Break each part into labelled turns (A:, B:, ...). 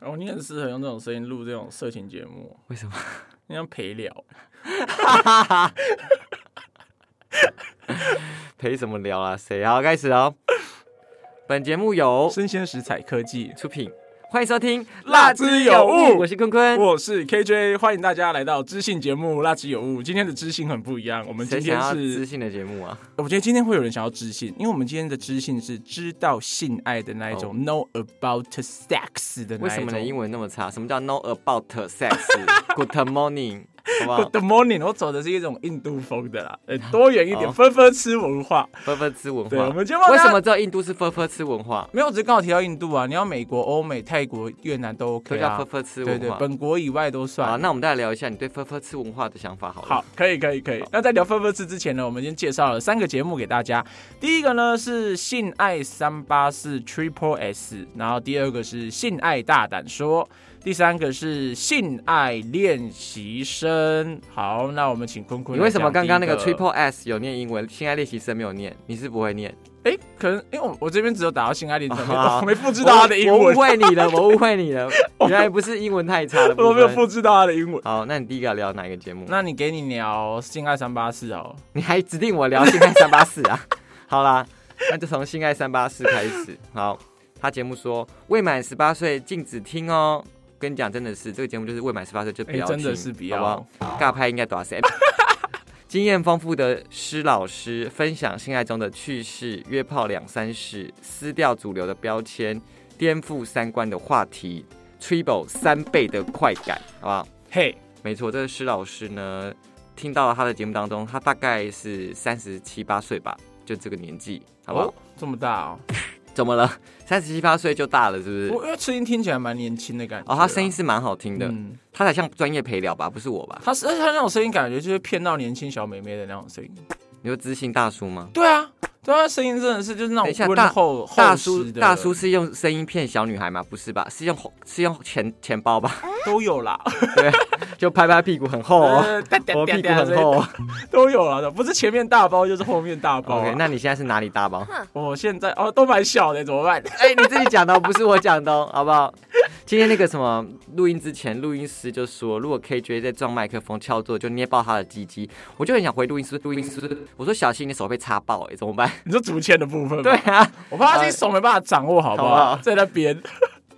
A: 然哦后你很适合用这种声音录这种色情节目，
B: 为什么？
A: 你像陪聊，
B: 陪什么聊啊？谁好？开始 哦。本节目由
A: 生鲜食材科技。
B: 出品，欢迎收听《
A: 辣之有物
B: 我是坤坤。
A: 我是 KJ，欢迎大家来到知性节目《辣之有物》。今天的知性很不一样，我们今
B: 谁想
A: 天
B: 要知
A: 是，
B: 性的节目啊？
A: 我觉得今天会有人想要知性，因为我们今天的知性是知道性爱的那一种、k n o w about sex 的那一种。
B: 哦为什么你的英文那么差？什么叫 know about sex？Good morning，好不好？
A: Good morning，我走的是一种印度风的啦，呃，多元
B: 哦
A: 一点，分分吃文化。
B: 分分吃文
A: 对，我
B: 化。
A: 们今天帮
B: 为
A: 大家
B: 什么只有印度是分分吃文化？
A: 没有？我只是刚好提到印度啊，你要美国、欧美、泰国、越南都
B: 都
A: OK
B: 叫
A: 啊
B: 分，分吃
A: 对
B: 文
A: 对，
B: 化。哦
A: 本国以外都算
B: 好，。那我们再来聊一下你对分分吃文化的想法好了。
A: 好，，可以，可以，可以。那在聊分分吃之前呢，我们先介绍了三个节目给大家。第一个呢是性爱三八四 Triple S，然后第二个是性爱大胆说，第三个是性爱练习生。好，那我们请坤坤
B: 你
A: 来讲第一。
B: 为什么刚刚那个 Triple S 有念英文，性爱练习生没有念？你是不会念？
A: 哎、可能因为我我这边只有打到性 爱练习生，
B: 啊
A: 我没复制到他的英
B: 我我
A: 文
B: 误，会你了，我误会 你了，原来不是英文太差了。
A: 我没有复制到他的英文。
B: 好，那你第一个要聊哪一个节目？
A: 那你给你聊性爱三八四哦，
B: 你还指定我聊性爱三八四啊？ 好啦，那就从性爱三八四开始。好，他节目说未满十八岁禁止听哦。跟你讲，真的是这个节目就是未满十八岁就不
A: 哎、
B: 要听，
A: 真的是比
B: 好不好
A: 较。
B: 尬拍应该多少岁？ 经验丰富的施老师分享性爱中的趣事、约炮两三事、撕掉主流的标签、颠覆三观的话题、triple 三倍的快感，好不好？
A: 嘿，
B: 没错，这个施老师呢，听到了他的节目当中，他大概是三十七八岁吧，就这个年纪，好不好？
A: 哦这么大哦，
B: 怎么了？三十七八岁就大了，是不是？
A: 我因为声音听起来蛮年轻的哦感觉啊。
B: 哦，他声音是蛮好听的，
A: 嗯，
B: 他才像专业陪聊吧，不是我吧？
A: 他是而且他那种声音感觉就是骗到年轻小妹妹的那种声音。
B: 你说知性大叔吗？
A: 对啊，对啊，声音真的是就是那
B: 等一下
A: 种
B: 大
A: 温厚
B: 大
A: 厚
B: 叔
A: 实的，
B: 大叔是用声音骗小女孩吗？不是吧？是用是用钱钱包吧？
A: 都有啦，
B: 就拍拍屁股很厚哦，
A: 呃哒哒哒
B: 我屁股
A: 哒
B: 很厚哦。
A: 都有啦的，不是前面大包就是后面大包啊。
B: OK，那你现在是哪里大包？
A: 我现在哦都蛮小的，怎么办？
B: 哎、你自己讲的哦，不是我讲的哦，好不好？今天那个什么录音之前，录音师就说，如果 KJ 在撞麦克风翘座，就捏爆他的鸡鸡。我就很想回录音师，录音师，我说小心你手被插爆、哎，怎么办？
A: 你说竹签的部分吗
B: 对啊，
A: 我怕他自己手没办法掌握，好不
B: 好不
A: 好？
B: 好
A: 在那边，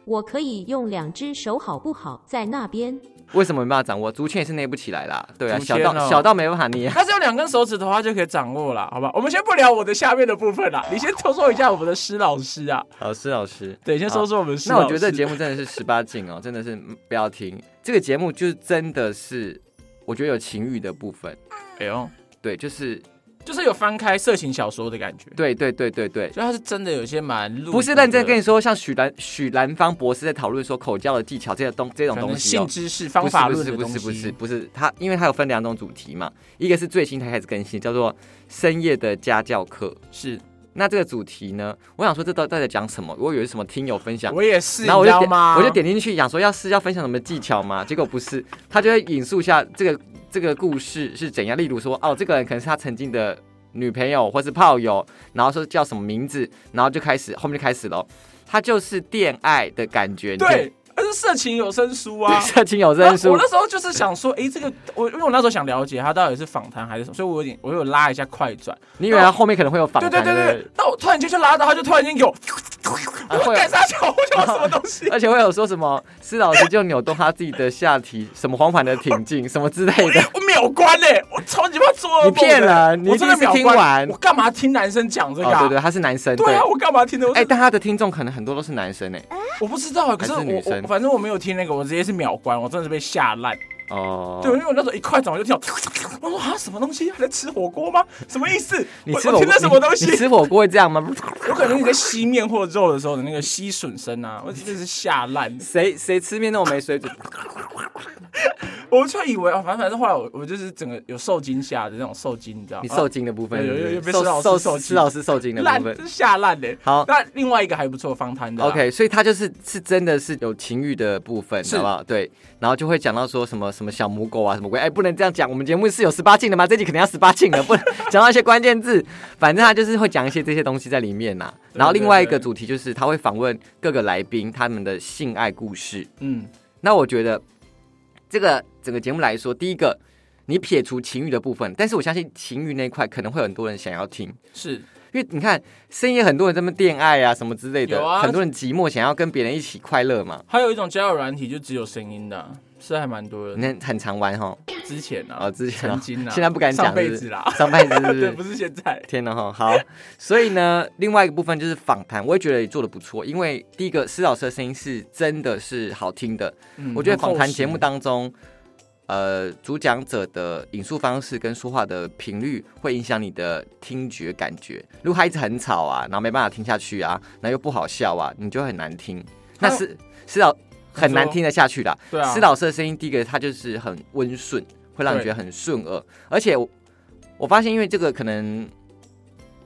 C: 我可以用两只手好不好？在那边。
B: 为什么没办法掌握？竹签也是捏不起来啦，对啊，
A: 竹
B: 小
A: 签
B: 到、
A: 哦
B: 小到没办法捏。
A: 他只有两根手指头，他就可以掌握了，好吧？我们先不聊我的下面的部分啦，你先说说一下我们的施老师啊，
B: 老师，老师，
A: 对，先说说我们施
B: 那
A: 老师。
B: 我觉得这节目真的是十八禁哦，真的是不要听。这个节目就是真的是，我觉得有情欲的部分，
A: 哎呦，
B: 对，就是
A: 就是有翻开色情小说的感觉，
B: 对对对对对，
A: 所以他是真的有些蛮露骨的
B: 不是认真跟你说，像许兰许兰芳博士在讨论说口交的技巧这些东这种
A: 可
B: 东
A: 能
B: 西、
A: 性
B: 哦。
A: 知识、方法论的
B: 不
A: 东西，
B: 是不是不是不是它，因为它有分两种主题嘛，一个是最新才开始更新，叫做深夜的家教课。
A: 是
B: 那这个主题呢，我想说这到底在讲什么？我以为是什么听友分享，
A: 我也是，
B: 然后我
A: 你知
B: 就
A: 道
B: 点
A: 吗？
B: 我就点进去想说要是要分享什么技巧吗？结果不是，他就会引述一下这个这个故事是怎样，例如说哦，这个人可能是他曾经的女朋友或是炮友，然后说叫什么名字，然后就开始后面就开始了，他就是恋爱的感觉，你
A: 对，而是色情有声书
B: 可以，。
A: 啊
B: 色情有
A: 然
B: 声
A: 后
B: 书
A: 我，那时候就是想说，哎、这个我因为我那时候想了解他到底是访谈还是什么，所以我有点我有拉一下快转，
B: 你以为他后面可能会有访
A: 对
B: 谈，
A: 对对
B: 不
A: 对，那我突然间就拉到，他就突然间有，
B: 啊
A: 我
B: 会有
A: 干啥球？我想什么东 西？
B: 而且会有说什么施老师就扭动他自己的下体，什么黄盘的挺进，什么之类的。
A: 我秒关嘞、我超级怕做噩梦的
B: 你骗人你
A: 我真的
B: 一定
A: 秒
B: 是听
A: 关
B: 完
A: 我干嘛听男生讲这个、
B: 哦，
A: 啊
B: 对对，他是男生，
A: 对啊，我干嘛听的？我
B: 哎、
A: 是
B: 但他的听众可能很多都是男生哎、
A: 我不知道啊，可是
B: 还是女
A: 我
B: 生
A: 我反正我没有听那个，我直接是秒关，我真的是被吓烂。
B: 哦，
A: 对，因为我那时候一快转我就听到，我说啊什么东西？还在吃火锅吗？什么意思？
B: 你
A: 我
B: 吃
A: 我
B: 火
A: 听
B: 锅
A: 到什么东
B: 你你
A: 西？
B: 吃火锅会这样吗？
A: 有可能你在吸面或肉的时候的那个吸吮声啊，我真的是吓烂。
B: 谁谁吃面那么没水准？
A: 我就以为哦，反正反正后来我我就是整个有受惊吓的那种受惊，你知道
B: 你
A: 吗？
B: 受惊的部分
A: 对
B: 是不是
A: 有有被施老
B: 受
A: 师
B: 受
A: 啊受
B: 施
A: 惊
B: 老师受惊的部
A: 烂啊
B: 分。
A: 真吓烂嘞。
B: 好
A: 那另外一个还不错，方摊的啦。啊
B: OK，所以他就是是真的是有情欲的部分，
A: 是
B: 好不好？对，然后就会讲到说什么什么小母狗啊，什么鬼，哎，不能这样讲，我们节目是有十八禁的吗？这集肯定要十八禁的，不能讲到一些关键字。反正他就是会讲一些这些东西在里面呐、
A: 对
B: 然后另外一
A: 对
B: 个
A: 对
B: 主题就是他会访问各个来宾他们的性爱故事。
A: 嗯，
B: 那我觉得这个整个节目来说，第一个你撇除情欲的部分，但是我相信情欲那一块可能会有很多人想要听。
A: 是
B: 因为你看深夜很多人在那边恋爱啊什么之类的，
A: 有啊
B: 很多人寂寞想要跟别人一起快乐嘛，
A: 还有一种交友软体就只有声音的啊，是还蛮多的。
B: 那很常玩 哈。
A: 之前啊，
B: 哦，之前啊
A: 曾经啊，
B: 现在不敢讲，
A: 上辈
B: 是不是
A: 子啦，
B: 上辈子是不
A: 对，嗯
B: 是
A: 不？是现在。
B: 天哪哈，好，所以呢，另外一个部分就是访谈，我也觉得也做的不错，因为第一个施老师的声音是真的是好听的，
A: 嗯
B: 我觉得访谈节目当中，呃，主讲者的引述方式跟说话的频率会影响你的听觉感觉。如果他一直很吵啊，然后没办法听下去啊，然后又不好笑啊，你就会很难听。那
A: 他
B: 是是老很难
A: 说
B: 听得下去的。
A: 对啊，
B: 施老师的声音，第一个他就是很温顺，会让你觉得很顺耳，而且我我发现，因为这个可能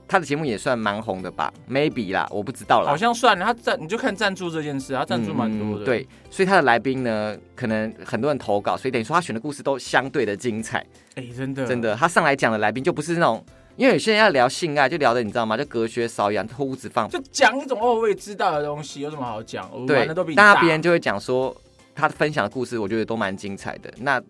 B: 他的节目也算蛮红的吧，maybe 啦，我不知道啦
A: 好，像算了，他赞你就看赞助这件事，他赞助蛮多的。
B: 嗯对，所以他的来宾呢，可能很多人投稿，所以等于说他选的故事都相对的精彩，
A: 哎、真的
B: 真，的。他上来讲的来宾就不是那种，因为有些人要聊性啊爱，就聊的你知道吗？就隔靴搔痒，脱屋子放。
A: 就讲一种哦，我也知道的东西，有什么好讲？我
B: 对
A: 玩的都比，你
B: 但
A: 大。
B: 他别人就会讲说，他分享的故事，我觉得都蛮精彩的。那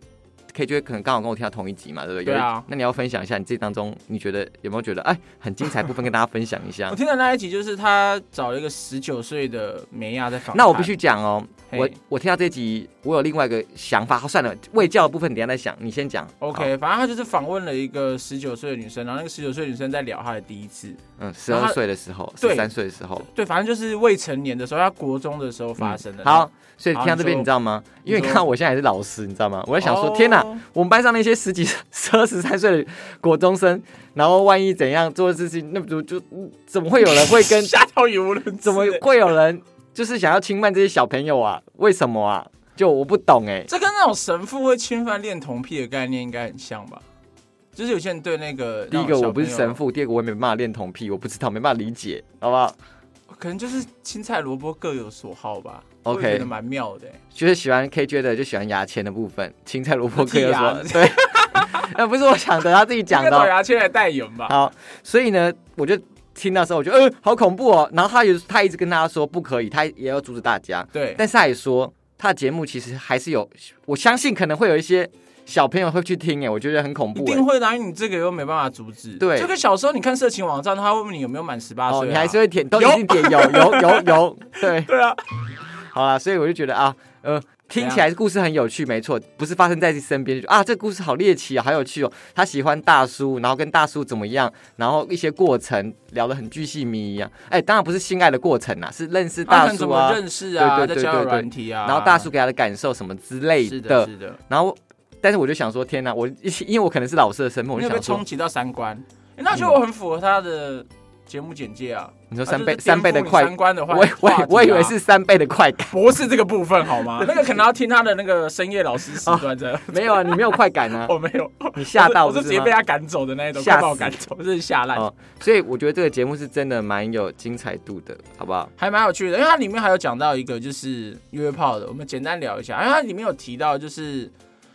B: K 就会可能刚好跟我听到同一集嘛，对不对？
A: 对啊
B: 有一那你要分享一下你这当中，你觉得有没有觉得哎很精彩的部分跟大家分享一下
A: 我？听的那一集就是他找了一个十九岁的梅亚在访谈，
B: 那我必须讲哦，
A: 嘿
B: 我我听到这集，我有另外一个想法。好算了，未教的部分等一下再想，你先讲。好
A: OK，反正他就是访问了一个十九岁的女生，然后那个十九岁的女生在聊她的第一次，
B: 嗯，十
A: 然后
B: 二
A: 他
B: 岁的时候，
A: 对
B: 十三岁的时候
A: 对，反正就是未成年的时候，她国中的时候发生的。
B: 嗯好，所以听到
A: 你
B: 这边，
A: 说
B: 你知道吗？因为
A: 你说哦
B: 你看我现在还是老师，你知道吗？我
A: 我
B: 在想说，天哪，，我们班上那些十几、 十二、十三岁的国中生，然后万一怎样做的事情，那不就就怎么会有人会 跟？
A: 吓到语无伦次，
B: 怎么会有人就是想要侵犯这些小朋友啊？为什么啊？就我不懂哎、
A: 这跟那种神父会侵犯恋童癖的概念应该很像吧？就是有些人对那个
B: 第一
A: 那
B: 个
A: 种小
B: 我不是
A: 朋友
B: 神父，第二个我也没办法恋童癖，我不知道，没办法理解，好不好？
A: 可能就是青菜萝卜各有所好吧。
B: OK
A: 我也觉得蛮妙的欸、
B: 就是喜欢 KJ 的就喜欢牙签的部分，青菜萝卜各有
A: 剔牙
B: 所对， 那不是我想的，他自己讲
A: 应
B: 的
A: 该
B: 哦
A: 找。牙签来代言吧。
B: 好，所以呢，我就听到的时候，我觉得呃，好恐怖哦。然后他有他一直跟大家说不可以，他也要阻止大家，
A: 对，
B: 但是他也说他的节目其实还是有，我相信可能会有一些小朋友会去听，哎，我觉得很恐
A: 一
B: 怖。哎
A: 定会的啊，因为你这个又没办法阻止。
B: 对
A: 就跟小时候你看色情网站，他会问你有没有满十八岁
B: 哦，
A: 啊，
B: 你还是会点，都
A: 有
B: 一定点有有有 有，对，
A: 对啊，
B: 好啦，所以我就觉得啊，呃，听起来故事很有趣，没错，不是发生在自己身边，就觉得啊，这故事好猎奇哦，好有趣哦。他喜欢大叔，然后跟大叔怎么样，然后一些过程聊得很巨细靡遗啊。哎，当然不是性爱的过程啊，是认识
A: 他
B: 大
A: 们怎
B: 叔
A: 么
B: 啊，
A: 认识啊？
B: 对对
A: 在
B: 对
A: 交友
B: 对对
A: 软体啊，
B: 然后大叔给他的感受什么之类
A: 是
B: 的
A: 的，。是的，
B: 然后，但是我就想说，天哪，我一因为我可能是老师的身份，我
A: 你
B: 就
A: 有被
B: 想
A: 冲
B: 说，
A: 击到三观？欸那就我很符合他的节目简介啊，
B: 你说
A: 啊
B: 三倍、
A: 就是颠覆
B: 三倍的
A: 你
B: 快，
A: 三观的话，
B: 我以我
A: 话
B: 以
A: 题啊
B: 我以为是三倍的快感，
A: 不是这个部分好吗？那个可能要听他的那个深夜老师时段 的。
B: 没有啊，你没有快感啊，
A: 我没 有，
B: 你吓到
A: 我是
B: 不
A: 我是直接
B: 吗
A: 被他赶走的那一种，
B: 吓
A: 快
B: 死
A: 把我赶走，真是吓烂，
B: 哦所以我觉得这个节目是真的蛮有精彩度的，好不好？
A: 还蛮有趣的。因为它里面还有讲到一个就是约炮的，我们简单聊一下。因为它里面有提到就是。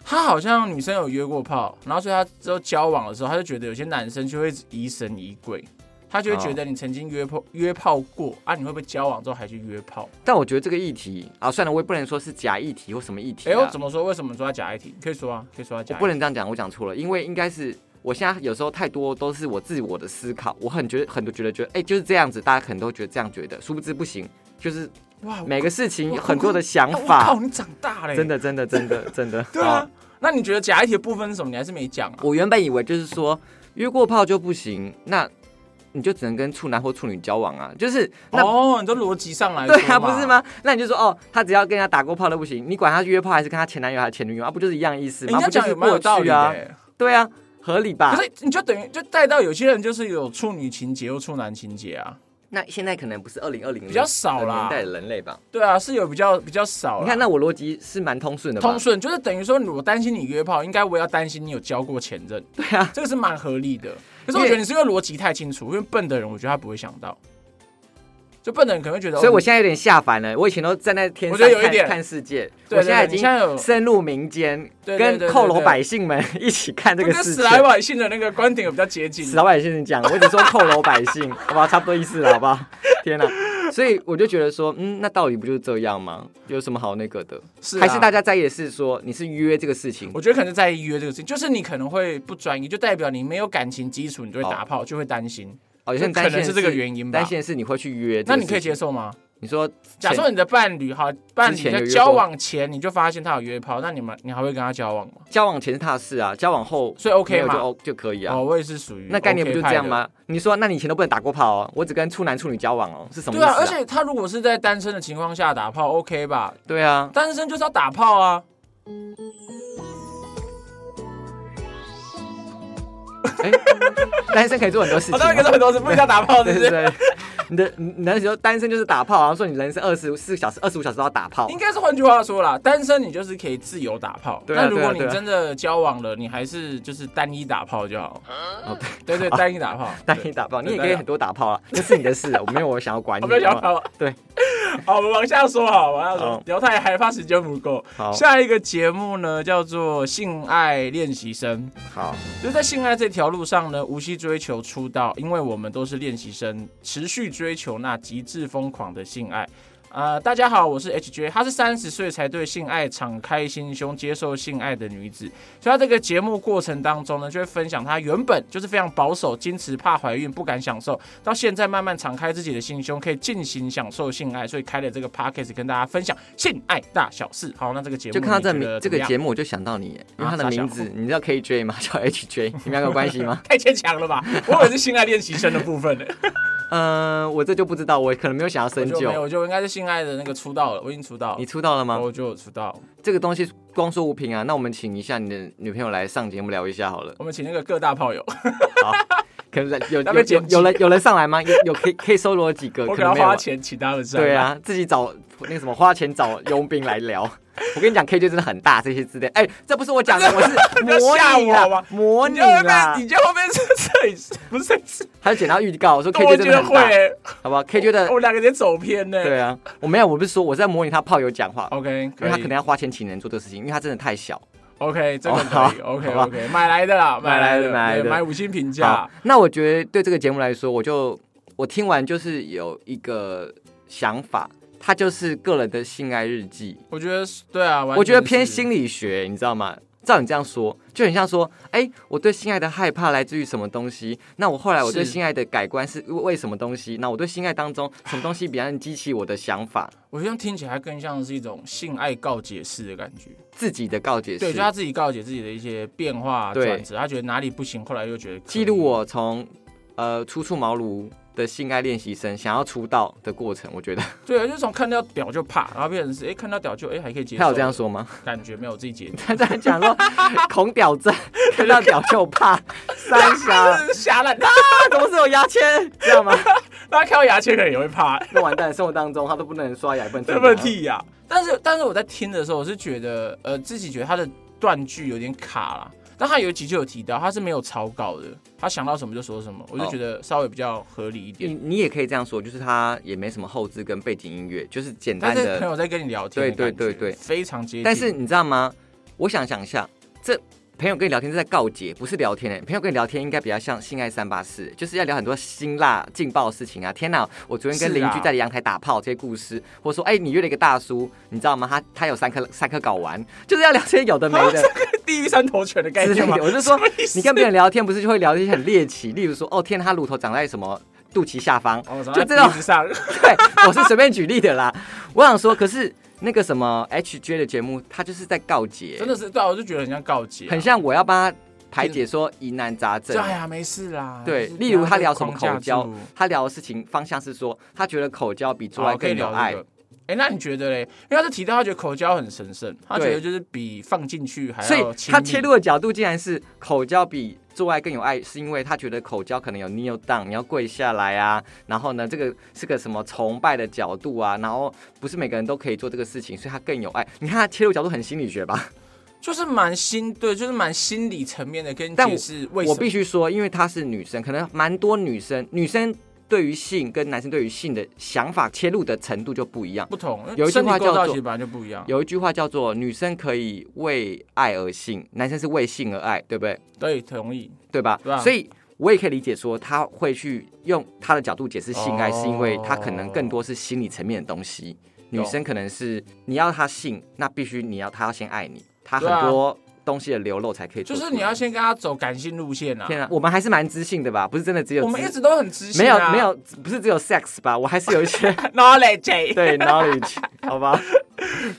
A: 他好像女生有约过炮，然后所以他之后交往的时候，他就觉得有些男生就会疑神疑鬼，他就会觉得哦你曾经约炮约炮过啊，你会不会交往之后还去约炮？
B: 但我觉得这个议题啊，算了，我也不能说是假议题或什么议题、
A: 哎、
B: 啊，
A: 我怎么说？为什么说他假爱情？可以说啊，可以说他
B: 我
A: 假爱
B: 不
A: 情。
B: 能这样讲，我讲错了，因为应该是我现在有时候太多都是我自我的思考，我很觉得很多觉得觉得哎、就是这样子，大家可能都觉得这样
A: 哎
B: 觉得，殊不知不行，就是
A: 哇，我
B: 每个事情
A: 我
B: 很多的想
A: 啊我
B: 法
A: 靠，，你长大了、
B: 真的真的真的真的，
A: 对啊
B: 好。
A: 那你觉得假议题的部分是什么？你还是没讲啊？
B: 我原本以为就是说约过炮就不行，那你就只能跟处男或处女交往啊，就是那
A: 哦，你说逻辑上来说
B: 对啊，
A: 嘛
B: 不是？吗？那你就说哦，他只要跟人家打过炮都不行，你管他约炮还是跟他前男友还是前女友啊，不就是一样意思
A: 诶
B: 吗？
A: 你这样哎讲
B: 不就是
A: 也蛮有
B: 过
A: 道理
B: 去
A: 的、
B: 啊？
A: 欸
B: 对啊，合理吧
A: 可？是你就等于就带到有些人就是有处女情节又处男情节啊，
B: 那现在可能不是二零二零
A: 比较少啦
B: 年代的人类吧？
A: 对啊，是有比较比较少啦。
B: 你看，那我逻辑是蛮通顺的吧？
A: 通顺就是等于说，我担心你约炮，应该我也要担心你有交过前任，
B: 对啊，
A: 这个是蛮合理的。可是我觉得你是因为逻辑太清楚，因为笨的人我觉得他不会想到，就笨的人可能会觉得，
B: 所以我
A: 哦
B: 现在有点下凡了。我以前都站在天
A: 我
B: 上
A: 觉得有一
B: 看
A: 点
B: 看世界，
A: 对
B: 我现在已
A: 对对你现在有
B: 经深入民间，
A: 对对对
B: 跟
A: 对对
B: 扣楼
A: 对
B: 百姓们一起看这
A: 就
B: 个
A: 跟
B: 世
A: 死
B: 界。
A: 来百姓的那个观点有比较接近。啊
B: 死老百姓讲，我只说扣楼百姓，好吧，差不多意思了，好不好？天哪、所以我就觉得说，嗯，那道理不就是这样吗？有什么好那个的？
A: 是啊
B: 还是大家在意的是说你是约这个事情
A: 我觉得可能在意约这个事情，就是你可能会不专一，就代表你没有感情基础，你就会打炮，就会担心。
B: 哦，有些人担
A: 可
B: 心
A: 能
B: 的
A: 是这个原因吧
B: 担心的是你会去约这
A: 那
B: 个事情。
A: 你可以接受吗？
B: 你说
A: 假
B: 前
A: 设你的伴侣哈，伴侣
B: 之前有
A: 在
B: 约过
A: 交往前你就发现他有约炮，那你们你还会跟他交往吗？
B: 交往前是他的事啊，交往后
A: 所以 OK
B: 没有
A: 嘛
B: 就 O 就可以啊。
A: 哦，我也是属于
B: 那概念不
A: OK
B: 就这样
A: 派的
B: 吗？你说，那你以前都不能打过炮哦，我只跟处男处女交往哦，是什么意
A: 对
B: 思、
A: 啊，而且他如果是在单身的情况下打炮，OK 吧？
B: 对啊，
A: 单身就是要打炮啊！
B: 哎、单身可以做很多事情
A: 我哦
B: 啊、
A: 当然跟他们都是不一定要打 炮，是
B: 对
A: 不
B: 对
A: 是？
B: 对，你的你那时候单身就是打炮，然后说你人生二十四小时、二十五小时都要打炮
A: 应，该是换句话说啦，单身你就是可以自由打炮，
B: 对啊
A: 那如果你
B: 对啊对啊
A: 真的交往了，你还是就是单一打炮就好。
B: 哦
A: 对 对，单一打炮，
B: 单一打炮，你也可以很多打炮啊，这是你的事，我没有我想要 管
A: 我
B: 你。
A: 没有想
B: 好不好
A: 法。
B: 对，
A: 好，我们往下说好，往下说
B: 好，
A: 聊太害怕时间不够。
B: 好
A: 下一个节目呢叫做《性爱练习生
B: 好，》，
A: 就在性爱这条路上呢，无需追求出道，因为我们都是练习生，持续追求那极致疯狂的性爱。呃，大家好，我是 HJ，她是三十岁才对性爱敞开心胸、接受性爱的女子。所以她这个节目过程当中呢，就会分享她原本就是非常保守、矜持、怕怀孕、不敢享受，到现在慢慢敞开自己的心胸，可以尽情享受性爱，所以开了这个 podcast 跟大家分享性爱大小事。好，那这个节目
B: 就看到这
A: 你觉
B: 名
A: 得怎
B: 这个
A: 么样
B: 节目，我就想到你耶，因为他
A: 啊
B: 的
A: 傻笑？
B: 名字，你知道 KJ 吗？叫 HJ，你们两个有关系吗
A: 太牵强了吧？我以为是性爱练习生的部分呢，
B: 嗯，我这就不知道，我可能没有想要
A: 我
B: 深
A: 就没有，
B: 究。
A: 我就应该是性爱的那个出道了，我已经出道了
B: 你，出道了吗？
A: 我就有出道。
B: 这个东西光说无凭啊，那我们请一下你的女朋友来上节目聊一下好了。
A: 我们请那个各大炮友，
B: 好，可能有
A: 那
B: 有
A: 边剪
B: 有
A: 辑
B: 有人有人上来吗？有有可以可以搜罗几个？
A: 我
B: 可
A: 给他
B: 能没有
A: 花
B: 啊。
A: 钱请他们上。
B: 对，啊，自己找那个什么花钱找佣兵来聊。 我跟你讲，KJ 真的很大，这些资料。哎、这不是我 讲的，我是
A: 吓
B: 模拟
A: 我
B: 啦
A: 吗，
B: 模
A: 你
B: 拟
A: 就会被
B: 啦
A: 你。就会被是摄影师，不是摄影师，
B: 他就剪到预告，我 说
A: 我
B: KJ 真
A: 觉得
B: 的很
A: 会
B: 大，
A: 欸，
B: 好不好？KJ
A: 我
B: 的
A: 们两个直接走偏呢。
B: 对啊，我没有，我不是说我是在模拟他炮友讲话，
A: OK，
B: 因
A: 哦可
B: 为
A: 以，
B: 他可能要花钱请人做这个事情，因为他真的太小。
A: OK，这个
B: 好
A: 可以，OK
B: 好吧
A: OK，买来的啦，
B: 买来的
A: 买
B: 买来的
A: 对买五星评价
B: 好，，那我觉得对这个节目来说，我就我听完就是有一个想法，它就是个人的性爱日记。
A: 我觉得是对啊，完全
B: 我觉得偏
A: 是
B: 心理学，你知道吗？照你这样说，就很像说，哎、我对性爱的害怕来自于什么东西？那我后来我对
A: 是
B: 性爱的改观是为什么东西？那我对性爱当中什么东西比较能激起我的想法？
A: 我觉得听起来更像是一种性爱告解式的感觉。
B: 自己的告解
A: 对，就
B: 是
A: 他自己告解自己的一些变化啊
B: 对
A: 转折，他觉得哪里不行，后来又觉得可以
B: 记录。我从呃初出茅庐的性爱练习生想要出道的过程。我觉得
A: 对啊，就从看到屌就怕，然后变成是哎、看到屌就哎、还可以接受。
B: 他有这样，说吗？
A: 感觉没有自己解。
B: 他这样讲说，恐屌症， 看 到屌就怕，三峡
A: 真是瞎烂， 他
B: 怎么是有牙签？知道吗？
A: 他看到牙签可能也会 怕，
B: 那完蛋，生活当中他都不能刷牙，也不能
A: 对不对呀？但是但是我在听的时候，我是觉得呃自己觉得他的断句有点卡啦。但他有一集就有提到，他是没有草稿的，他想到什么就说什么，我就
B: 哦
A: 觉得稍微比较合理一点
B: 你。你也可以这样说，就是他也没什么后置跟背景音乐，就是简
A: 但
B: 单
A: 是朋
B: 的。
A: 友在跟你聊天的感觉，
B: 对对对对
A: 非常接近。
B: 但是你知道吗？我想想一下，这朋友跟你聊天是在告解，不是聊天欸诶、朋友跟你聊天应该比较像性爱三八四，就是要聊很多辛辣劲爆的事情啊！天哪，我昨天跟
A: 是啊
B: 邻居在阳台打炮这些故事，或者说哎、你约了一个大叔，你知道吗？他他有三颗三颗睾丸，就是要聊这些有的没 的。
A: 地狱三头犬的概
B: 之
A: 念
B: 类
A: 嘛
B: 的。，我是说
A: 什么意，思
B: 你跟别人聊天不是就会聊一些很猎奇，例如说，哦天，他乳头长在什么肚脐下方，
A: 哦
B: 就
A: 长在
B: 这种
A: 鼻子 上，
B: 对，我是随便举例的啦。我想说，可是那个什么 HJ 的节目，他就是在告解，
A: 真的是对啊，我就觉得很像告解啊，
B: 很像我要帮他排解说疑难杂症
A: 就。哎呀没事啦。
B: 对，
A: 就是
B: 例如
A: 不要
B: 他
A: 被
B: 聊什么
A: 框架
B: 口交
A: 住，
B: 他聊的事情方向是说，他觉得口交比做
A: 好
B: 爱
A: 可以
B: 更
A: 聊
B: 有爱
A: 这个。哎、那你觉得嘞？因为他是提到他觉得口交很神圣，他觉
B: 对
A: 得就是比放进去还
B: 所
A: 要
B: 以
A: 亲密。
B: 他切入的角度竟然是口交比做爱更有爱，是因为他觉得口交可能有 kneel down，你要跪下来啊，然后呢，这个是个什么崇拜的角度啊，然后不是每个人都可以做这个事情，所以他更有爱。你看他切入角度很心理学吧？
A: 就是蛮心对，就是蛮心理层面的跟
B: 但
A: 解释为什
B: 我
A: 么
B: 必须说，因为她是女生，可能蛮多女生，女生对于性跟男生对于性的想法切入的程度就不一样。
A: 不同。因为
B: 有一句
A: 身体
B: 话
A: 构
B: 叫
A: 造
B: 做
A: 其实本来就不一样。
B: 有一句话叫做“女生可以为爱而性，男生是为性而爱”，对不对？
A: 对，同意。
B: 对吧？
A: 对啊
B: 所以我也可以理解说，他会去用他的角度解释性爱，
A: 哦
B: 是因为他可能更多是心理层面的东西。
A: 懂
B: 女生可能是你要她性，那必须你要她要先爱你，她
A: 对啊
B: 很多东西的流露才可以
A: 就
B: 做出来。
A: 是你要先跟他走感性路线啊。
B: 天啊，我们还是蛮知性的吧？不是真的只有
A: 我们
B: 知
A: 一直都很知性、
B: 没有
A: 啊，
B: 没有，不是只有 sex 吧？我还是有一些
A: knowledge。
B: 对 knowledge，好吧？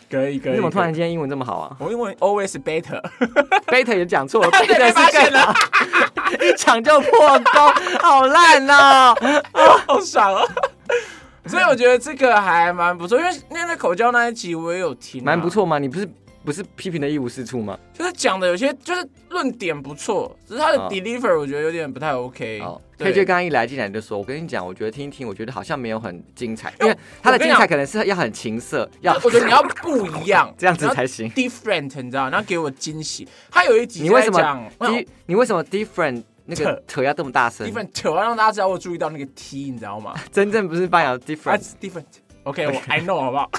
A: 可以可以。
B: 你怎么突然
A: 可以？
B: 间英文这么好啊
A: 我英文 always better。
B: ？Beta 也 讲错了
A: 对被
B: ，Beta
A: 发
B: 是
A: 现
B: 更好， 一抢就破功，好烂哦！
A: 好爽 哦！所以我觉得这个还蛮不错，因为因为那口交那一集我也有听、啊
B: 蛮不，错嘛，你不是不是批评的一无是处吗？
A: 就是讲的有些就是论点不错，只是他的
B: 哦
A: deliver 我觉得有点不太 OK。
B: 哦
A: 对
B: ，KJ 刚刚一来进来就说，我跟你讲，我觉得听一听，我觉得好像没有很精彩，因
A: 因为
B: 为他的
A: 我跟
B: 精
A: 你
B: 彩
A: 讲
B: 可能是要很情色，要，
A: 我觉得你要不一样
B: 这样子才行。
A: 你要 different，你知道？然后给我惊喜。他有一集
B: 你为什
A: 在讲哦
B: 么
A: 那种
B: di- 你为什么 different 那个
A: 扯
B: 扯要这么大声？
A: different，我要让大家知道我注意到那个 T，你知道吗？
B: 真正不是发扬 different，
A: That's different. OK，我 I know 好不 好？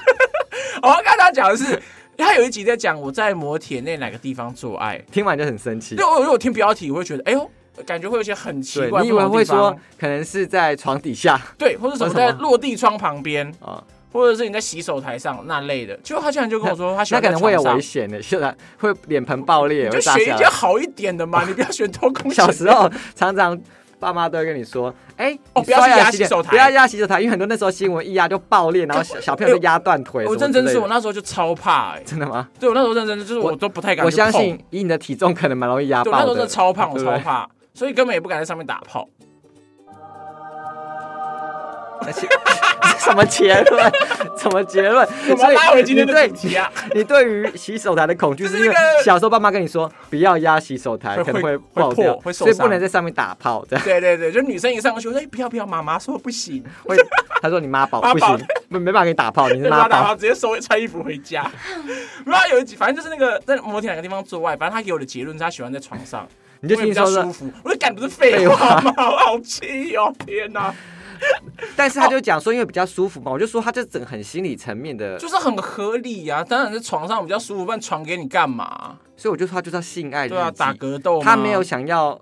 A: 我要跟他讲的是，他有一集在讲我在摩铁那哪个地方做爱，
B: 听完就很生气
A: 对，。我如果听标题，我会觉得，哎呦，感觉会有一些很奇
B: 对
A: 怪。
B: 你以为会
A: 不同的地
B: 说
A: 方
B: 可能是在床 底下
A: 对，或者什么
B: 为
A: 在
B: 什么
A: 落地窗旁边，
B: 啊，
A: 或者是你在洗手台上那类的，结果他竟然就跟我说，他喜
B: 那
A: 欢
B: 可
A: 在
B: 能会有
A: 床上
B: 危险的，现在会脸盆爆裂，
A: 你
B: 会
A: 就
B: 炸
A: 选
B: 下
A: 一些
B: 来。
A: 好一点的嘛，你不要选偷工减
B: 哦 小
A: 料。
B: 时候常常爸妈都会跟你说，哎，
A: 哦
B: 你
A: 不要
B: 刷
A: 去
B: 牙
A: 压
B: 洗
A: 洗
B: 脸
A: 手台
B: 不要压洗手台，因为很多那时候新闻一压就爆裂，然后小小朋友被压断腿什
A: 哎我
B: 么之类
A: 认
B: 的。
A: 真是我那时候就超怕哎、
B: 真的吗？
A: 对我那时候认真就是
B: 我
A: 我都不太敢
B: 我
A: 去
B: 相
A: 碰
B: 信以你的体重可能蛮容易压
A: 对，我那时
B: 爆
A: 候真
B: 的。
A: 的超胖，我
B: 对不
A: 超
B: 对
A: 怕，所以根本也不敢在上面打炮。
B: 那些 什么结论？ 什么结论？
A: 我们
B: 所以
A: 拉回今天
B: 你
A: 的
B: 对
A: 主题啊，
B: 你对于洗手台的恐惧，
A: 这是
B: 是因为
A: 一个
B: 小时候爸妈跟你说不要压洗手台，
A: 会
B: 可能
A: 会
B: 爆
A: 会
B: 掉
A: 破，会受
B: 所以
A: 伤
B: 不能在上面打炮。这样
A: 对对对，就女生一上去，我说哎不要不要，妈妈说不行，
B: 会，他说你妈宝
A: 妈
B: 不
A: 宝
B: 行，没没办法给你打炮，你 是
A: 妈
B: 妈
A: 打
B: 宝
A: 他。直接收穿衣服回 家。没有，有一集，反正就是那个在摩天哪个地方做爱，反正他给我的结论是他喜欢在床上，
B: 你就
A: 我也
B: 听
A: 比较
B: 说
A: 舒
B: 了，
A: 服。我就感不是废话吗？我 好气哦！天哪，
B: 但是他就讲说，因为比较舒服嘛，我就说他这整个很心理层面 的，
A: 就是很合理呀、啊。当然是床上比较舒服，不然床给你干嘛？
B: 所以我就说他就叫性爱日
A: 对啊，打
B: 记，
A: 格斗吗
B: 他没有，想要，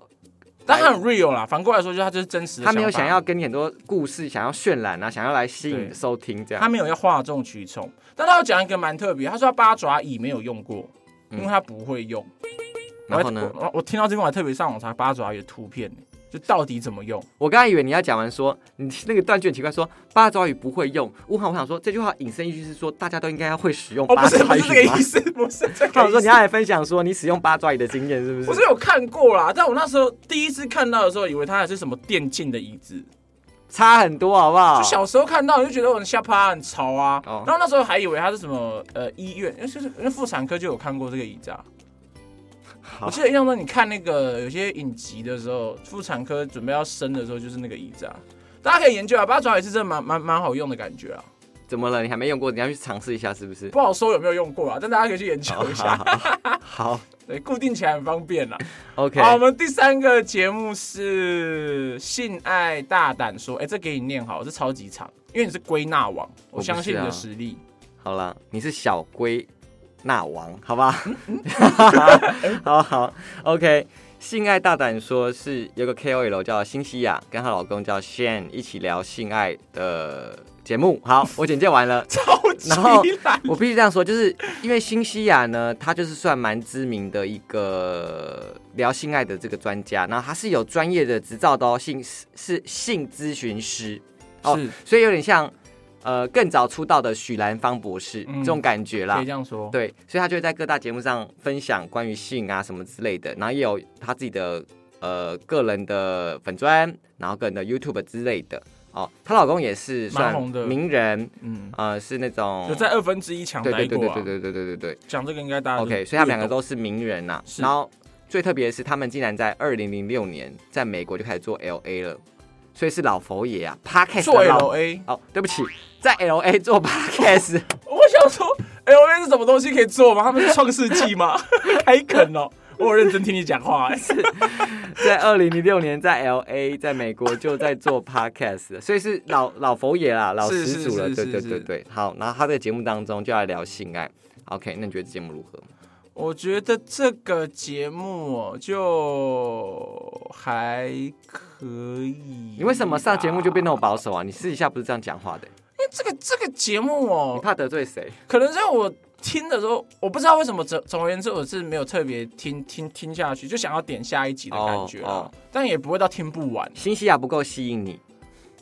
A: 但他很 real 啦。反过来说，就是他就是真实的
B: 他没有
A: 法
B: 想要跟你很多故事，想要渲染啊，想要来吸
A: 对
B: 引收听这样
A: 他。没有要哗众取宠，但他有讲一个蛮特别，他说他八爪椅没有用过，因为他不会用。
B: 嗯然后呢
A: 我？我我听到这边我还特别上网查八爪鱼的图片呢，就到底怎么用？
B: 我刚才以为你要讲完说，你那个断句很奇怪说八爪鱼不会用。我好我想说这句话引申意思是说，大家都应该要会使用
A: 哦，
B: 八
A: 不是不
B: 爪
A: 是
B: 鱼
A: 这个
B: 吗
A: 意？思， 不哎是这
B: 我
A: 个
B: 想说
A: 意
B: 你
A: 思
B: 要。来分享说你使用八爪鱼的经验是不
A: 我
B: 是
A: 是？有看过啦，但我那时候第一次看到的时候，以为它还是什么电竞的椅子。
B: 差很多好不好
A: 就？小时候看到，就觉得我很下趴很潮啊。
B: 啊哦
A: 然后那时候还以为它是什么呃医院，因为就是因为妇产科就有看过这个椅子啊。
B: 好
A: 我记得印象中，你看那个有些影集的时候，妇产科准备要生的时候，就是那个椅子啊。大家可以研究啊，八爪鱼是真的蛮蛮蛮好用的感觉啊，
B: 怎么了？你还没用过，你要去尝试一下是 不是？
A: 不好说有没有用过啊，但大家可以去研究一
B: 哦
A: 下。
B: 好
A: 对，固定起来很方便啦。
B: ，OK，
A: 好，我们第三个节目是性爱大胆说，哎、这给你念好，这超级长，因为你是归纳王，我
B: 不
A: 相信你
B: 是啊
A: 的实力。
B: 好啦，你是小龟那王，好吧？
A: 嗯 哎
B: 好好，OK。性爱大胆说是有个 KOL 叫新西亚，跟她老公叫 Shane 一起聊性爱的节目。好，我简介完了。
A: 超级
B: 然后
A: 懒，
B: 我必须这样说，就是因为新西亚呢，他就是算蛮知名的一个聊性爱的这个专家，然后他是有专业的执照的哦，性是性咨询师哦
A: 是
B: 所以有点像呃更早出道的许兰芳博士、
A: 嗯
B: 这种感觉
A: 可
B: 啦
A: 以这。样说。
B: 对，所以他就会在各大节目上分享关于性啊什么之类的，然后也有他自己的呃个人的粉砖，然后个人的 YouTube 之类的。哦，她老公也是
A: 蛮
B: 算
A: 红的
B: 名人，
A: 嗯，
B: 呃，是那种
A: 有在二分之一强
B: 对
A: 待
B: 对对
A: 过
B: 对
A: 啊。
B: 对对对对对对。
A: 讲这个应该大家
B: OK，
A: 就
B: 所以他们两个
A: 略懂
B: 都是名人呐、
A: 是
B: 然后最特别的是，他们竟然在二零零六年在美国就开始做 LA 了，所以是老佛爷啊，Podcast
A: 做
B: 的老
A: LA。
B: 哦，对不起，在 LA 做 Podcast，
A: 我想说，LA 是什么东西可以做吗？他们是创世纪 吗？开垦哦，我有认真听你讲话、欸。
B: 在二零零六年在 LA 在美国就在做 Podcast，了所以是老老佛爷啦，老
A: 是
B: 始祖了，
A: 是是
B: 对对
A: 是
B: 对对。好，然后他在节目当中就要聊性爱。OK，那你觉得节目如
A: 嗯
B: 何？
A: 啊我觉得这个节目哦，就还可以。
B: 你为什么上节目就变那么？保守啊？你私底下不是这样讲话的、
A: 因哎为这个这个节目
B: 你
A: 哦，
B: 怕得罪谁？
A: 可能在我听的时候，我不知道为什么总总而言之，我是没有特别听听听下去，就想要点下一集的感觉、啊
B: 哦哦
A: 但也不会到听不完，
B: 新西亚啊不够吸引你，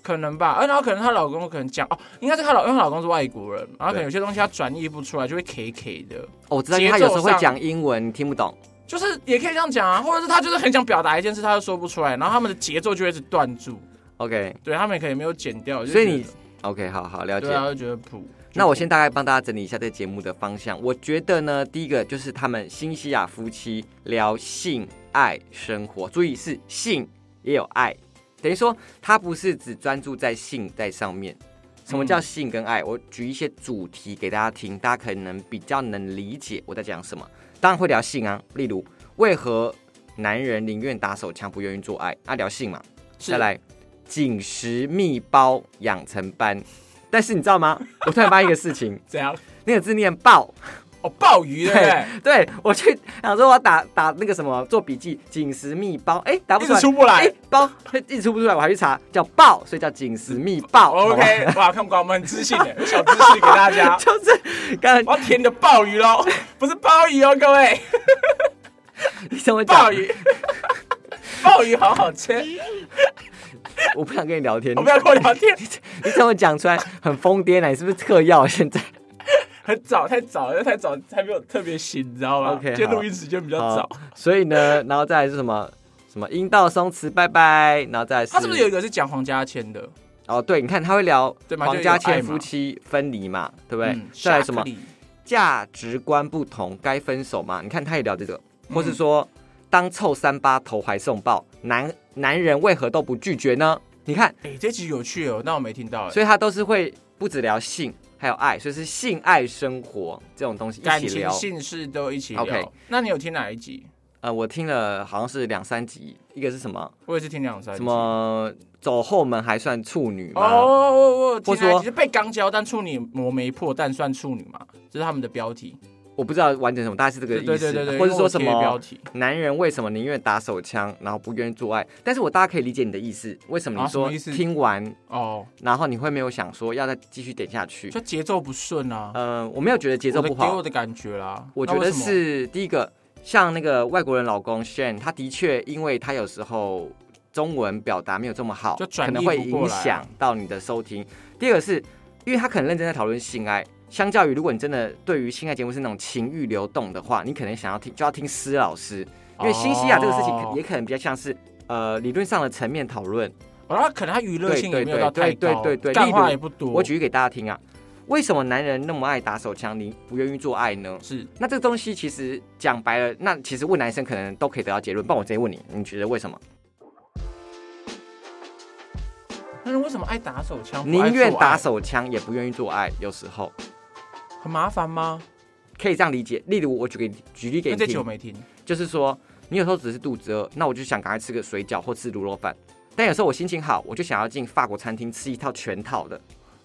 A: 可能吧。呃，然后可能她老公可能讲哦，应该是她老，因为她老公是外国人，然后可能有些东西她转译不出来，就会 K K 的。
B: 哦，我知道，因为他有时候会讲英文，你听不懂。
A: 就是也可以这样讲啊，或者是他就是很想表达一件事，他又说不出来，然后他们的节奏就会一直断住，
B: OK
A: 对他们可能没有剪掉，就
B: 所以
A: 觉得
B: 你 OK，好好了解。
A: 对啊，就觉得普。
B: 那我先大概帮大家整理一下这节目的方向。我觉得呢，第一个就是他们新西亚夫妻聊性爱生活，注意是性也有爱，等于说他不是只专注在性在上面。什么叫性跟爱？我举一些主题给大家听，大家可能比较能理解我在讲什么。当然会聊性啊，例如为何男人宁愿打手枪不愿意做爱？啊，聊性嘛。
A: 是
B: 再来，紧实密包养成班。 但是你知道吗？我突然发现一个事情，
A: 怎样？
B: 那个字念“爆
A: 哦，鲍 鱼对不对？”，
B: 对我去想说我要打打那个什么做笔记，紧实密包，哎、打不
A: 一
B: 出
A: 直
B: 来，
A: 出不
B: 哎、
A: 来。
B: 包一直出不出来，我还去查叫爆，所以叫紧实密爆。好 吧。
A: 哦 OK，哇，看不惯我们很知性的小知识给大家哦
B: 就是刚才
A: 我要舔你的鲍鱼喽，不是鲍鱼哦，各位，
B: 你怎么
A: 鲍
B: 讲？
A: 鱼，鲍鱼好好吃，
B: 我不想跟你聊天，
A: 我不要跟我聊天，
B: 你怎么讲出来很疯癫啊呢？你是不是嗑药？现 在
A: 很早太早了，太早还没有特别醒，你知道吗
B: OK，
A: 今天
B: 好
A: 录音时间比较
B: 好
A: 早。
B: 哦所以呢，然后再来是什么？什么阴道松弛，拜拜。然后再来是
A: 他是不是有一个是讲黄家千的？
B: 哦，对，你看他会聊
A: 对嘛
B: 黄家
A: 就有爱
B: 千
A: 嘛
B: 夫妻分离嘛，对不对？
A: 嗯
B: 再来什么
A: 夏克？里
B: 价值观不同该分手吗？你看他也聊这个，
A: 嗯
B: 或是说、当臭三八投怀送抱，男男人为何都不拒绝呢？你看，
A: 哎、这集有趣哦，那我没听到哎。
B: 所以他都是会不止聊性，还有爱，所以是性爱生活这种东西
A: 感
B: 一起
A: 情、
B: 聊。
A: 姓氏都一起聊。
B: OK
A: 那你有听哪一集？
B: 呃，我听了好像是两三集，一个是什么
A: 我也是听两三集。
B: 什么走后门还算处女
A: 哦？
B: 吗？
A: 哦，我我有听
B: 或说
A: 哪一集是被刚交，但处女膜没破，但算处女嘛？这是他们的标题。
B: 我不知道完整什么，大概是这个
A: 对
B: 意思，
A: 对对对对，
B: 或
A: 因
B: 者
A: 为
B: 说
A: 我
B: 什
A: 贴标
B: 么
A: 题？
B: 男人为什么宁愿打手枪，然后不愿意做爱？但是我大家可以理解你的意思，为什么
A: 啊
B: 你
A: 什么
B: 说
A: 意思
B: 听完，
A: 哦，
B: 然后你会没有想说要再继续点下去？
A: 就节奏不顺啊，
B: 嗯，我没有觉得节
A: 节
B: 奏不
A: 给我
B: 好，
A: 的感觉啦。
B: 我觉
A: 那为
B: 得
A: 什么
B: 是第一个，像那个外国人老公 Shane，他的确因为他有时候中文表达没有这么好，
A: 就转
B: 可
A: 译
B: 能会
A: 不过
B: 影
A: 来啊
B: 响到你的收听。第二个是因为他可能认真在讨论性爱。相较于，如果你真的对于性爱节目是那种情欲流动的话，你可能想要听就要听施老师，因为新西亚这个事情可也
A: 哦，
B: 可能比较像是呃理论上的层面讨论。
A: 然后哦可能他娱乐性也没有到太
B: 对对
A: 高，
B: 对对对
A: 干
B: 例
A: 话
B: 如
A: 也不多。
B: 我举例给大家听啊，为什么男人那么爱打手枪，你不愿意做爱呢？
A: 是
B: 那这个东西其实讲白了，那其实问男生可能都可以得到结论。不然我直接问你，你觉得为什么？
A: 那人为什么爱打手枪？不爱
B: 宁愿
A: 做爱
B: 打，手枪也不愿意做爱，有时候
A: 很麻烦吗？
B: 可以这样理解。例如我举个举例给
A: 那
B: 你
A: 这集我
B: 听，
A: 没听。
B: 就是说你有时候只是肚子饿，那我就想赶快吃个水饺或吃卤肉饭。但有时候我心情好，我就想要进法国餐厅吃一套全套的。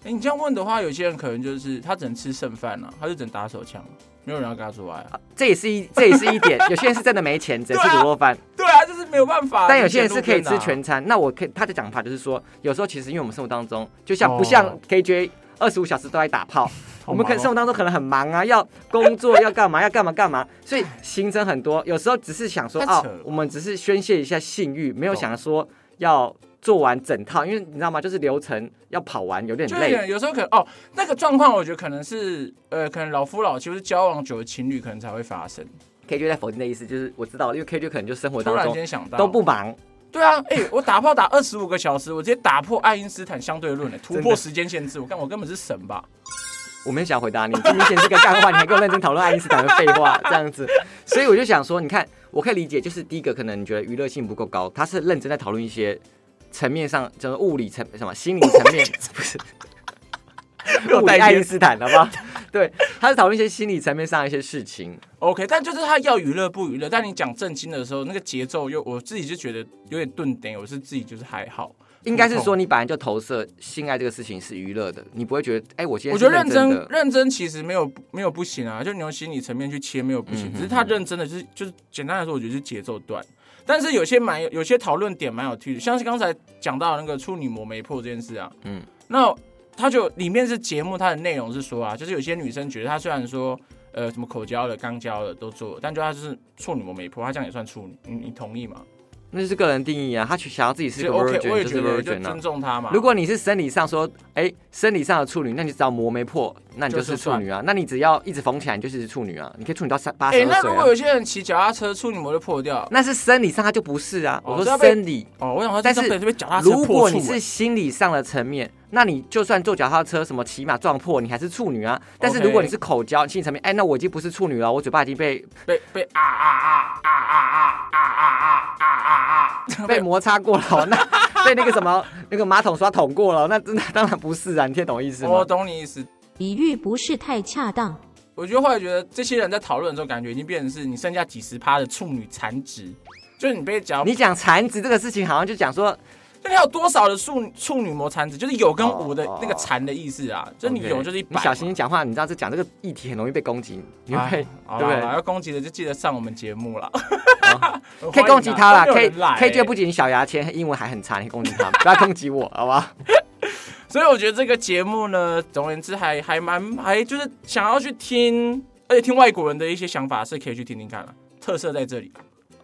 A: 哎、你这样问的话，有些人可能就是他只能吃剩饭了、他就只能打手枪、没有人要跟他做爱、啊。
B: 这也是一， 这也是一点。有些人是真的没钱，只能吃
A: 对啊
B: 卤肉饭，
A: 对啊，就是没有办法。
B: 但有些人是可以吃
A: 你
B: 全餐。那我可以他的讲法就是说，有时候其实因为我们生活当中，就像
A: 哦
B: 不像 KJ 二十五小时都在打炮，
A: 好忙哦
B: 我们可能生活当中可能很忙啊，要工作 要干嘛要干嘛干嘛，所以行程很多。有时候只是想说
A: 太
B: 哦
A: 扯了，
B: 我们只是宣泄一下性欲，没有
A: 懂
B: 想说要做完整套，因为你知道吗？就是流程要跑完，有点
A: 就
B: 累。
A: 有有时候可能哦，那个状况我觉得可能是呃，可能老夫老妻或是交往久的情侣可能才会发生。
B: KJ 在否定的意思就是我知道，因为 KJ 可能就生活
A: 突
B: 当
A: 然
B: 中
A: 间想到
B: 都不忙，
A: 对啊，哎、我打炮打二十五个小时，我直接打破爱因斯坦相对论、哎，突
B: 真
A: 破
B: 的
A: 时间限制，我看我根本是神吧？
B: 我没有想回答你，这明显是个干话，你还跟我认真讨论爱因斯坦的废话这样子，所以我就想说，你看，我可以理解，就是第一个可能你觉得娱乐性不够高，他是认真在讨论一些层面上，就是物理层什么心理层面，不是物理爱因斯坦，好不好？对，他是讨论一些心理层面上的一些事情，
A: OK，但就是他要娱乐不娱乐，但你讲正经的时候，那个节奏又我自己就觉得有点顿点，我是自己就是还好。
B: 应该是说你本来就投射性爱这个事情是娱乐的，你不会觉得，哎、我今天
A: 我
B: 是
A: 觉得认
B: 真
A: 真
B: 的。
A: 认真其实没有没有不行啊，就你用心理层面去切没有不行，
B: 嗯哼
A: 只是他认真的就是就是简单来说，我觉得是节奏段。但是有些蛮有些讨论点蛮有趣的，像是刚才讲到那个处女膜没破这件事啊，嗯
B: 嗯，
A: 那他就里面是节目，它的内容是说啊，就是有些女生觉得她虽然说呃什么口交的、肛交的都做了，但就她就是处女膜没破，她这样也算处女，你你同意吗？
B: 那就是个人定义啊，他去想要自己是
A: 其
B: 一
A: 实
B: 个
A: OK，我
B: virgin，
A: 也
B: 就
A: 觉
B: 是
A: 得就
B: virgin 啊
A: 尊。重她嘛。
B: 如果你是生理上说，哎、生理上的处女，那你只要膜没破，那你就是处女啊。那你只要一直缝起来，你就是处女啊。你可以处女到三八
A: 哎、
B: 十二
A: 那
B: 岁
A: 如
B: 啊
A: 果。有些人骑脚踏车，处女膜就破掉
B: 那是生理上，他就不是啊。
A: 哦
B: 我
A: 这要
B: 说
A: 被
B: 生理，
A: 哦，我想说，
B: 但是
A: 这被这被脚踏车
B: 如
A: 破
B: 果
A: 处、
B: 你是
A: 欸
B: 心理上的层面，那你就算坐脚踏车什么骑马撞破，你还是处女啊。但是如果你是口交心理层面，哎、那我已经不是处女了，我嘴巴已 经被
A: 被被啊啊啊啊啊啊啊啊啊啊啊！
B: 被摩擦过了，那 被那个什么那个马桶刷捅过了，那真的当然不是啊。你听懂意思吗？
A: 我懂你意思。
C: 比喻不是太恰当。
A: 我觉得后来觉得这些人在讨论的时候，感觉已经变成是你剩下几十趴的处女残值，就是你被脚，
B: 你讲残值这个事情，好像就讲说
A: 就你还有多少的处女处女膜残值，就是有跟
B: 哦
A: 无的
B: 哦
A: 那个残的意思啊，就是你
B: OK
A: 有就是一百
B: 你
A: 嘛。
B: 小心讲话，你知道这讲这个议题很容易被攻击，你会
A: 哎好
B: 对不
A: 啦
B: 对
A: 好啦要攻击的就记得上我们节目了，
B: 可以攻击他啦，
A: 都
B: 可
A: 没有
B: 以
A: 人来
B: 可以
A: 欸
B: 就不仅小牙签英文还很差，你攻击 他，不要攻击我，好不好？
A: 所以我觉得这个节目呢，总而言之还还蛮还就是想要去听，而且听外国人的一些想法是可以去听听看了、啊特色在这里。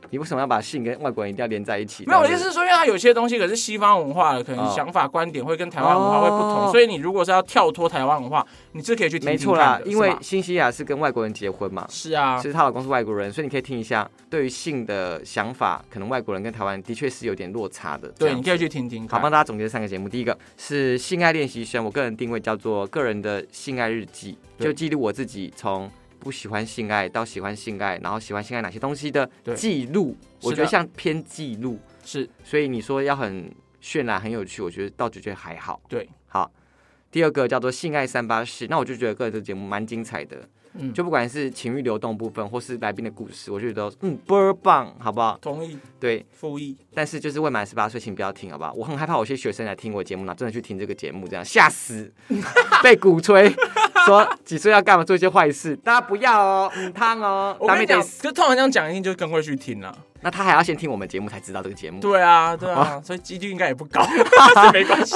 B: 你为什么要把性跟外国人一定要连在一起？
A: 没有，我的
B: 这
A: 意
B: 样
A: 思
B: 子
A: 是说，因为它有些东西可是西方文化的，可能
B: 哦
A: 想法观点会跟台湾文化会不同，
B: 哦
A: 所以你如果是要跳脱台湾文化，你是可以去听
B: 没
A: 听
B: 错
A: 看
B: 啦
A: 的，，
B: 因为
A: 是吧
B: 新西亚是跟外国人结婚嘛，
A: 是啊，
B: 其实她老公是外国人，所以你可以听一下，对于性的想法，可能外国人跟台湾的确是有点落差的。这
A: 对，
B: 样
A: 你可以去听听
B: 啊好，
A: 看
B: 帮。大家总结三个节目。第一个是性爱练习生，我个人定位叫做个人的性爱日记，
A: 对
B: 就记录我自己从不喜欢性爱到喜欢性爱，然后喜欢性爱哪些东西的
A: 对
B: 记录。我觉
A: 是
B: 得
A: 的
B: 像偏记录，
A: 是
B: 所以你说要很渲染、很有趣，我觉得倒就觉得还好。
A: 对，
B: 好。第二个叫做性爱三八式，那我就觉得个人的节目蛮精彩的，
A: 嗯
B: 就不管是情欲流动部分或是来宾的故事，我觉得都嗯倍儿棒，好不好？
A: 同意
B: 对，
A: 复议，
B: 但是就是未满十八岁，请不要听，好不好？我很害怕有些学生来听我节目，然后真的去听这个节目，这样吓死，被鼓吹说几岁要干嘛做一些坏事，大家不要哦，嗯，汤哦，
A: 我
B: 大
A: 跟
B: 妹
A: 你讲，
B: 得
A: 可是通常这样讲，一定就更会去听了。
B: 那他还要先听我们节目才知道这个节目。
A: 对啊，对啊，所以几率应该也不高， 是没关系。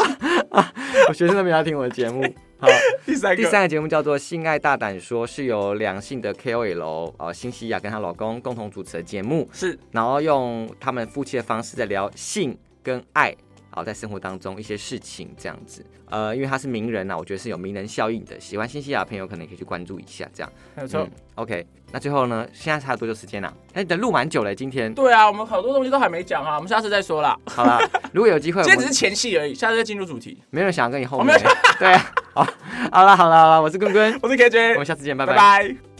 B: 我 学生都没有要听我的节 目。好，
A: 第三
B: 第
A: 个，
B: 三个节目叫做《性爱大胆说》，是由两性的 KOL 呃新西亚跟她老公共同主持的节目，
A: 是
B: 然后用他们夫妻的方式在聊性跟爱，好在生活当中一些事情这样子。呃，因为他是名人呐、我觉得是有名人效应的。喜欢新西亚的朋友可能可以去关注一下，这样。嗯
A: 没有错。
B: OK，那最后呢，现在差多久时间啦、哎，你的录蛮久了，今天
A: 对啊，我们好多东西都还没讲啊，我们下次再说啦。
B: 好啦，如果有 机会，我
A: 今天只是
B: 们
A: 前戏而已，下次再进入主题。
B: 没人想要跟你后
A: 我没
B: 面
A: 有。
B: 对啊，好，好啦，好啦，好啦我是棍棍，
A: 我是 KJ，
B: 我们下次见，
A: 拜拜